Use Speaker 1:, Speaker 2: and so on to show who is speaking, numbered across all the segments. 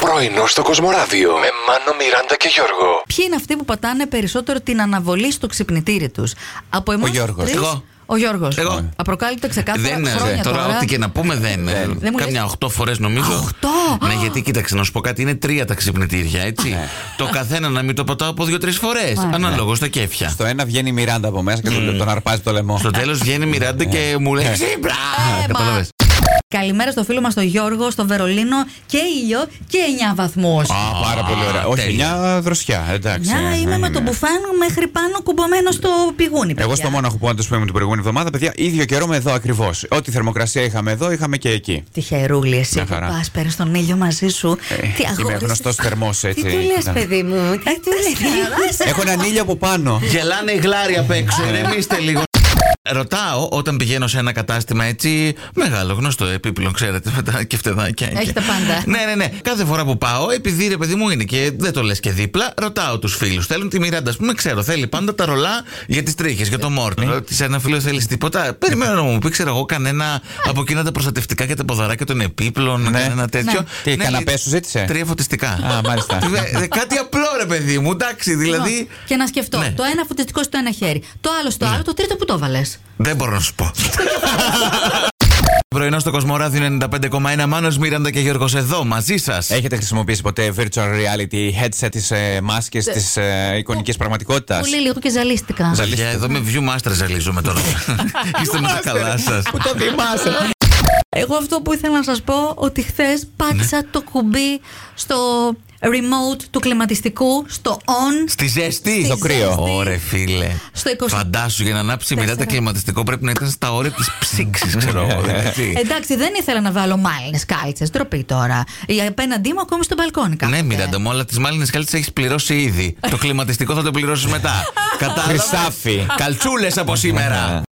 Speaker 1: Πρωινό στο Κοσμοράδιο με Μάνο, Μιράντα και Γιώργο.
Speaker 2: Ποιοι είναι αυτοί που πατάνε περισσότερο την αναβολή στο ξυπνητήρι τους. Από εμάς.
Speaker 3: Ο Γιώργος. Εγώ.
Speaker 2: Ο Γιώργος.
Speaker 3: Εγώ.
Speaker 2: Απροκάλυπτε ξεκάθαρα.
Speaker 3: Δεν είναι
Speaker 2: χρόνια
Speaker 3: τώρα,
Speaker 2: τώρα.
Speaker 3: ό,τι και να πούμε δεν ε. είναι.
Speaker 2: Δεν μου
Speaker 3: Καμιά 8 φορές νομίζω.
Speaker 2: Οχτώ!
Speaker 3: Ναι, γιατί κοίταξε να σου πω κάτι, είναι τρία τα ξυπνητήρια, έτσι.
Speaker 2: Ναι.
Speaker 3: το καθένα να μην το πατάω από δύο-τρει φορές.
Speaker 2: Μάλιστα.
Speaker 3: Αναλόγω τα κέφια.
Speaker 4: Στο ένα βγαίνει η Μιράντα από μέσα και τον, τον αρπάζει το λαιμό.
Speaker 2: Ναι.
Speaker 3: Στο τέλος βγαίνει η Μιράντα και μου λέει Ξύπνα!
Speaker 2: Ε, μα.
Speaker 3: Κατάλαβες.
Speaker 2: Καλημέρα στο φίλο μας τον Γιώργο, στο Βερολίνο και ήλιο και 9 βαθμούς.
Speaker 4: Α, πάρα πολύ ωραία. Όχι,
Speaker 3: τέλεια.
Speaker 4: μια δροσιά. Εντάξει.
Speaker 2: Να
Speaker 4: ε,
Speaker 2: είμαι με
Speaker 3: ναι,
Speaker 4: είναι.
Speaker 2: τον μπουφάν μέχρι πάνω κουμπωμένο στο πηγούνι.
Speaker 4: Εγώ
Speaker 2: παιδιά.
Speaker 4: στο Μόναχο που όντω πούμε την προηγούμενη εβδομάδα, παιδιά, ίδιο καιρό με εδώ ακριβώς. Ό,τι θερμοκρασία είχαμε εδώ, είχαμε και εκεί.
Speaker 2: Τυχερούλη, εσύ
Speaker 4: Μια
Speaker 2: που
Speaker 4: χαρά.
Speaker 2: πας, παίρνεις τον ήλιο μαζί σου.
Speaker 3: Ε,
Speaker 2: Τι
Speaker 4: Είμαι
Speaker 2: αγόρι.
Speaker 4: γνωστός θερμός
Speaker 5: Τι
Speaker 4: έτσι.
Speaker 5: του λες,
Speaker 4: Ναι.
Speaker 5: παιδί μου, τι του λες.
Speaker 3: Ε,
Speaker 4: Έχω έναν ήλιο από πάνω.
Speaker 3: Γελάνε οι γλάροι απ' έξω, ηρεμήστε λίγο. Ρωτάω όταν πηγαίνω σε ένα κατάστημα έτσι μεγάλο, γνωστό επίπλο, ξέρετε, με τα κεφτεδάκια. εκεί.
Speaker 2: Έχει τα πάντα.
Speaker 3: Ναι, ναι, ναι. Κάθε φορά που πάω, επειδή ρε παιδί μου είναι και δεν το λες και δίπλα, ρωτάω τους φίλους. Θέλουν τη Μιράντα, ας πούμε, ξέρω, θέλει πάντα τα ρολά για τις τρίχες, για το μόρτο. Τη ένα φίλο θέλεις τίποτα. Περιμένω να μου πει, ξέρω εγώ, κανένα από εκείνα τα προστατευτικά και τα ποδαράκια των επίπλων,
Speaker 4: Ναι.
Speaker 3: κανένα τέτοιο.
Speaker 4: Τι,
Speaker 3: Ναι,
Speaker 4: καναπέ σου ζήτησε?
Speaker 3: Τρία φωτιστικά.
Speaker 4: Α, μάλιστα.
Speaker 3: Δε- δε- Κάτι απλό, ρε παιδί μου, εντάξει, δηλαδή.
Speaker 2: Και να σκεφτώ.
Speaker 3: Ναι.
Speaker 2: Το ένα φωτιστικό στο ένα χέρι. Το άλλο στο άλλο, το τρίτο που το βάλε.
Speaker 3: Δεν μπορώ να σου πω. Πρωινό στο Κοσμοράδιο 95,1 Μάνος Μίραντα και Γιώργος εδώ μαζί σας
Speaker 4: Έχετε χρησιμοποιήσει ποτέ virtual reality headset τη ε, μάσκες τη ε, εικονική πραγματικότητας.
Speaker 2: Πολύ λίγο και ζαλίστηκα.
Speaker 3: Παιδιά, εδώ με view master ζαλίζουμε τώρα. Είστε με τα καλά σας
Speaker 4: Το θυμάσαι.
Speaker 2: Εγώ αυτό που ήθελα να σας πω ότι χθες πάτησα το κουμπί στο remote του κλιματιστικού, στο on.
Speaker 3: Στη ζέστη.
Speaker 2: Στο κρύο. ζέστη.
Speaker 3: Ωρε φίλε.
Speaker 2: Στο 20.
Speaker 3: Φαντάσου για να ανάψει μετά τα
Speaker 2: Τέσσερα.
Speaker 3: κλιματιστικό πρέπει να ήταν στα όρια της ψήξης ξέρω εγώ.
Speaker 4: Ε,
Speaker 3: έτσι.
Speaker 2: Εντάξει, δεν ήθελα να βάλω μάλινες κάλτσες. Ντροπή τώρα. Η απέναντί μου ακόμη στο μπαλκόνι
Speaker 3: Ναι,
Speaker 2: κάθεται.
Speaker 3: Μιράντα μου, αλλά τις μάλινες κάλτσες έχεις πληρώσει ήδη. Το κλιματιστικό θα το πληρώσεις μετά. Κατάλαβε.
Speaker 4: Χρυσάφι. Ε,
Speaker 3: Καλτσούλες από σήμερα.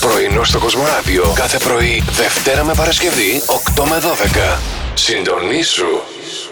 Speaker 1: Πρωινό στο Κοσμοράδιο κάθε πρωί, Δευτέρα με Παρασκευή, 8 με 12. Συντονίσου.